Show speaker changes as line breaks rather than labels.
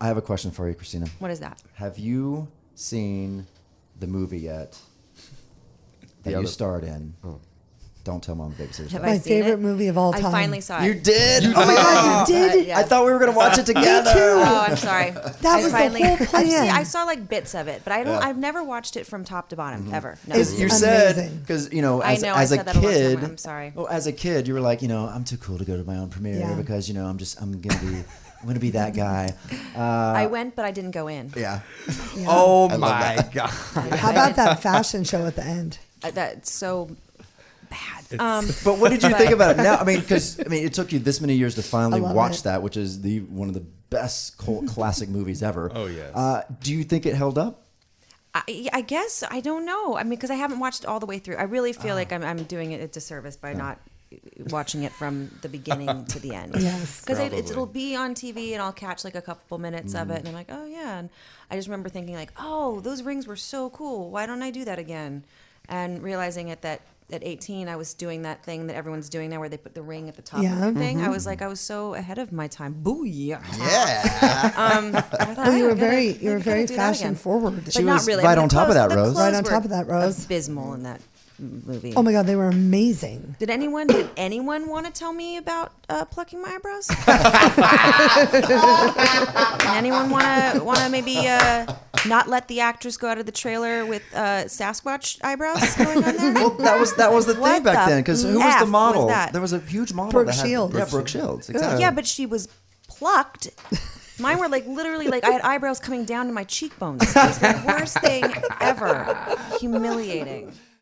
I have a question for you, Christina.
What is that?
Have you seen the movie yet that
The
you
other-
starred in? Don't tell mom the babysitter.
Have
Story.
I
My
seen
favorite
it?
movie of all
I
time.
finally saw it.
You did? oh my
Oh
god!
my God, you
Uh,
did?
yeah.
I thought we were gonna watch it together.
Oh, I'm sorry. I
was the
finally,
whole
I've seen-
plan.
I saw like bits of it, but I don't.
Yeah. Mm-hmm.
I've never watched it from top to bottom ever. No.
It's-
you
Amazing.
said because you know
I
as,
know, I
as a
said that a long time
kid
ago. I'm sorry.
well as a kid you were like you know i'm too cool to go to my own premiere
Yeah.
because you know i'm just i'm gonna be i'm gonna be that guy uh,
I went, but I didn't go in.
yeah
Oh
love
my
that.
god.
How about that fashion show at the end?
Uh, That's so bad. Um,
but what did you think about it now i mean because i mean it took you this many years to finally
I love
watch
it.
that which is the one of the best cult classic movies ever
Oh, yes.
uh, do you think it held up
I, I guess I don't know. I mean, because I haven't watched all the way through. I really feel like I'm, I'm doing it a disservice by not uh, watching it from the beginning to the end.
Yes.
because it,
Probably.
it'll be on TV and I'll catch like a couple minutes of it, and I'm like, oh yeah. And I just remember thinking like, oh, those rings were so cool. Why don't I do that again? And realizing it that at 18 I was doing that thing that everyone's doing now, where they put the ring at the top of
Yeah.
the thing. I was like, I was so ahead of my time. Booyah!
yeah
Um, I thought,
Oh, you
"I
were
gotta-
very,
I
you were
gotta
very
do that again."
fashion forward.
But
She
not
was
really.
right
I mean,
on
the
top of
clothes-
that,
the
Rose.
Right
clothes
on
were
top of that, Rose.
Abysmal in that m- movie.
Oh my god, they were amazing.
Did anyone did anyone want to tell me about uh, plucking my eyebrows? Did anyone want to want to maybe uh, not let the actress go out of the trailer with uh, Sasquatch eyebrows going on there?
well, that was that was the
What
thing back
the
then because who was
F
the
was
model?
that?
There was a huge model.
Brooke
that had,
Shields.
Yeah, Brooke Shields. Exactly.
yeah, but she was plucked. Mine were like literally like I had eyebrows coming down to my cheekbones. It was the worst thing ever. Humiliating.